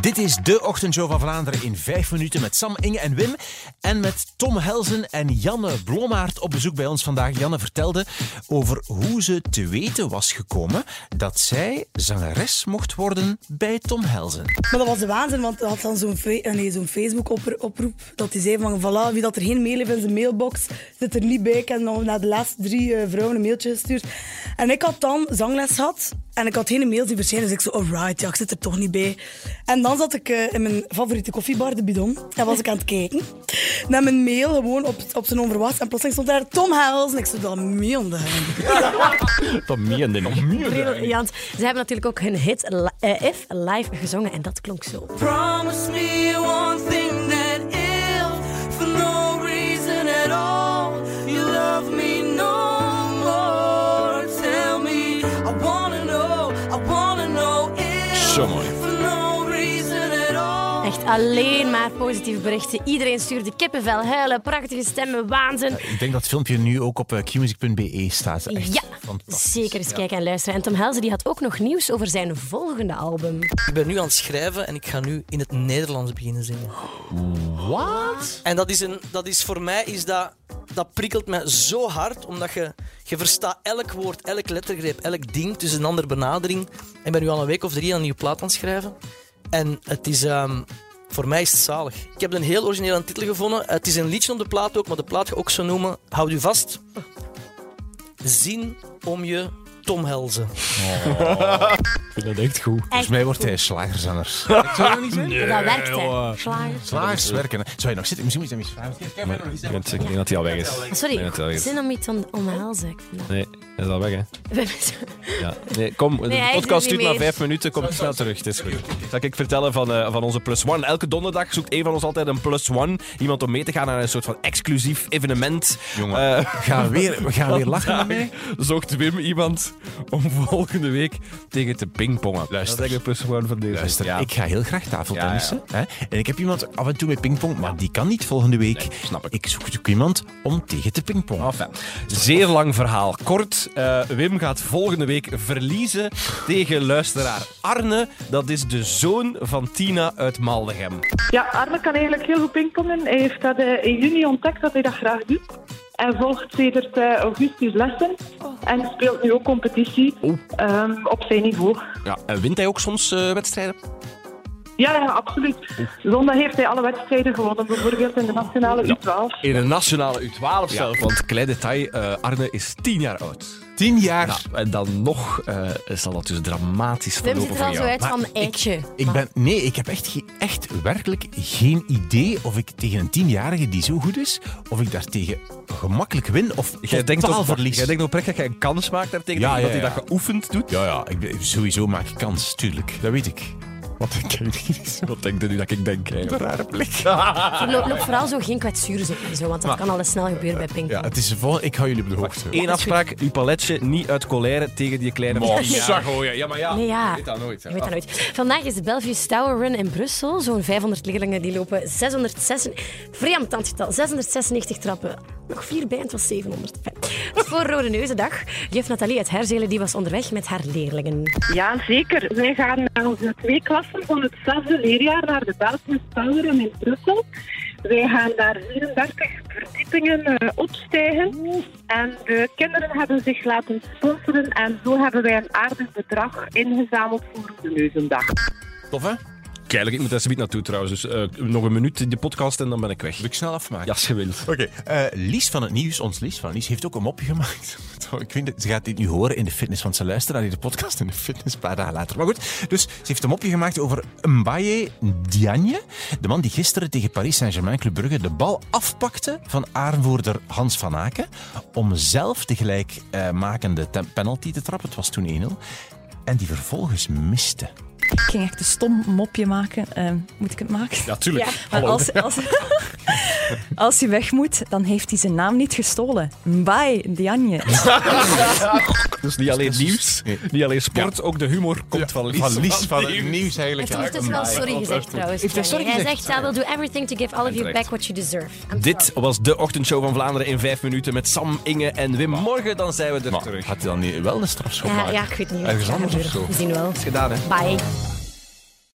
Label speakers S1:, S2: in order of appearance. S1: Dit is de ochtendshow van Vlaanderen in vijf minuten met Sam, Inge en Wim. En met Tom Helzen en Janne Blommaert op bezoek bij ons vandaag. Janne vertelde over hoe ze te weten was gekomen dat zij zangeres mocht worden bij Tom Helzen.
S2: Maar dat was de waanzin, want hij had dan zo'n fe- eh, nee, zo'n Facebook-oproep. Dat hij zei van, voilà, wie dat er geen mail heeft in zijn mailbox, zit er niet bij. Ik heb dan naar de laatste drie eh, vrouwen een mailtje gestuurd. En ik had dan zangles gehad. En ik had geen mails die verschenen. Dus ik zo, alright, ja, ik zit er toch niet bij. En dan zat ik eh, in mijn favoriete koffiebar, de bidon. En was ik aan het kijken. Naar mijn mail, gewoon op, op zijn onverwacht. En plotseling stond daar Tom Hels. En ik zo, dat meen
S1: Tom Mien de
S3: Briljant. Ze hebben natuurlijk ook hun hit Li- eh, If live gezongen en dat klonk zo.
S4: Promise me one thing that if for no reason at all you love me no more, tell me. I wanna know, I wanna know if
S1: Zo mooi.
S4: for no reason at all.
S3: Echt alleen maar positieve berichten. Iedereen stuurde kippenvel, huilen, prachtige stemmen, waanzin.
S1: Ik denk dat het filmpje nu ook op eh, qmusic.be staat. Echt
S3: Ja,
S1: fantastisch.
S3: zeker eens kijken en luisteren. En Tom Helze die had ook nog nieuws over zijn volgende album.
S5: Ik ben nu aan het schrijven en ik ga nu in het Nederlands beginnen zingen.
S1: Wat?
S5: En dat is, een, dat is voor mij, is dat, dat prikkelt mij zo hard, omdat je, je verstaat elk woord, elk lettergreep, elk ding. Dus een andere benadering. Ik ben nu al een week of drie aan een nieuwe plaat aan het schrijven. En het is, ehm, voor mij is het zalig. Ik heb een heel originele titel gevonden. Het is een liedje op de plaat ook, maar de plaat ga ik ook zo noemen. Houd u vast. Zien om je Tom Helzen.
S1: Volgens mij wordt hij slagerzanger. Zou dat niet zijn?
S3: dat werkt, hè. Ah, Slager.
S1: Slagers werken. hè. Zou je nog zitten? Misschien moet je hem eens vragen. Kijk, nog eens.
S6: Ik denk- ik denk dat hij al weg is. Ik denk dat hij al
S3: Sorry,
S6: weg is.
S3: zin om iets om omhelzen. Ik vind dat-
S6: Nee, hij is al weg, hè? Ja. Nee, kom,
S3: hij
S6: de
S3: is er niet
S6: podcast stuurt maar
S3: meer.
S6: vijf minuten. Kom snel terug, het is goed. Zal ik vertellen van, eh, van onze Plus One? Elke donderdag zoekt een van ons altijd een Plus One. Iemand om mee te gaan naar een soort van exclusief evenement.
S1: Jongen.
S6: Eh,
S1: We gaan weer, we gaan weer lachen
S6: Vandaag
S1: daarmee.
S6: zocht Wim iemand om volgende week tegen te pingpongen.
S1: Luister.
S6: Dat is eigenlijk de Plus One van deze.
S1: Luister,
S6: Ja,
S1: ik ga heel graag tafeltennissen. Hè? En ik heb iemand af en toe mee pingpong, maar die kan niet volgende week.
S6: snap ik. Ah,
S1: Ik zoek natuurlijk iemand om tegen te pingpongen.
S6: Enfin, zeer lang verhaal. Kort, eh, Wim gaat volgende week verliezen tegen luisteraar Arne. Dat is de zoon van Tina uit Maldegem.
S7: Ja, Arne kan eigenlijk heel goed pingpongen. Hij heeft dat eh, in juni ontdekt dat hij dat graag doet. En volgt sedert eh, augustus lessen. En speelt nu ook competitie ehm, op zijn niveau.
S6: Ja, en wint hij ook soms eh, wedstrijden?
S7: Ja, ja, absoluut. Zondag heeft hij alle wedstrijden gewonnen. Bijvoorbeeld in de nationale U12.
S6: In een nationale U12 zelf. Want klein detail, eh, Arne is 10 jaar oud.
S1: Tien jaar.
S6: Ja, en dan nog eh, zal dat dus dramatisch
S3: Wim
S6: verlopen
S3: ziet
S6: voor
S3: er al
S6: jou.
S3: zo uit
S1: Maar
S3: van
S1: ik-
S3: eitje.
S1: Ik ben, nee, ik heb echt, ge- echt werkelijk geen idee of ik tegen een tienjarige die zo goed is, of ik daartegen gemakkelijk win of
S6: Jij denkt,
S1: totaal
S6: op,
S1: verlies.
S6: jij denkt oprecht dat jij een kans maakt daar tegen
S1: Ja,
S6: iemand
S1: ja,
S6: die
S1: ja.
S6: dat geoefend doet?
S1: Ja, ja, ik, ben- sowieso maak ik kans, tuurlijk. Dat weet ik. Wat denk jij niet?
S6: Wat denk je nu dat ik denk? hè, joh?
S1: Een rare blik.
S3: Loop, loop vooral zo geen kwetsuren op en zo, want dat kan al eens snel gebeuren bij pingpong.
S1: Ja, het is de volgende. Ik hou jullie op de hoogte.
S6: Eén afspraak, uw paletje niet uit colère tegen die kleine
S1: Oh, ja. maar ja.
S3: Nee, ja.
S6: weet dat nooit, hè.
S3: Je weet
S1: Ah.
S3: dat nooit. Vandaag is de Belgius Tower Run in Brussel. Zo'n 500 leerlingen die lopen 606... Vrij ambetant getal. 696 trappen. Nog vier bij, en het was 700. Fijn. Voor Rode Neuzendag. Juf Nathalie uit Herzelen die was onderweg met haar leerlingen.
S7: Ja, zeker. Wij gaan naar onze twee klassen van het zesde leerjaar naar de Belgische Tauren in Brussel. Wij gaan daar 34 verdiepingen eh, opstijgen. En de kinderen hebben zich laten sponsoren. En zo hebben wij een aardig bedrag ingezameld voor de Neuzendag.
S1: Tof, hè?
S6: Kijk, ik moet daar zometeen naartoe trouwens. Dus eh, nog een minuut in de podcast en dan ben ik weg.
S1: Moet ik snel afmaken?
S6: Ja, als je wilt.
S1: Oké, eh, Lies van het Nieuws, ons Lies van het Nieuws, heeft ook een mopje gemaakt. Ik vind het, ze gaat dit nu horen in de fitness, want ze luistert naar de podcast in de fitness een paar dagen later. Maar goed, dus ze heeft een mopje gemaakt over Mbaye Diagne, de man die gisteren tegen Paris Saint-Germain Club Brugge de bal afpakte van aanvoerder Hans van Aken, om zelf de gelijkmakende tem- penalty te trappen. Het was toen 1-0. En die vervolgens miste.
S8: Ik ging echt een stom mopje maken. Ehm, moet ik het maken?
S6: Natuurlijk.
S8: Maar als, als, als hij weg moet, dan heeft hij zijn naam niet gestolen. Bye, Dianje.
S6: Dus niet alleen nieuws,
S1: Nee.
S6: niet alleen sport, ook de humor komt van Lies.
S1: van het Nieuws eigenlijk.
S3: Hij heeft ondertussen dus wel sorry gezegd trouwens.
S1: Heeft hij sorry
S3: Hij
S1: gezegd?
S3: zegt, I will do everything to give all of you
S6: terecht.
S3: back what you deserve. I'm
S6: Dit
S3: sorry.
S6: was de ochtendshow van Vlaanderen in vijf minuten met Sam, Inge en Wim. Morgen dan zijn we er
S1: Maar
S6: terug.
S1: had hij dan niet wel een strafschop
S3: Ja,
S1: maken?
S3: ja, ik weet niet.
S1: Ergens
S3: Ja,
S1: anders of zo.
S3: We zien wel.
S6: Gedaan, hè?
S3: Bye.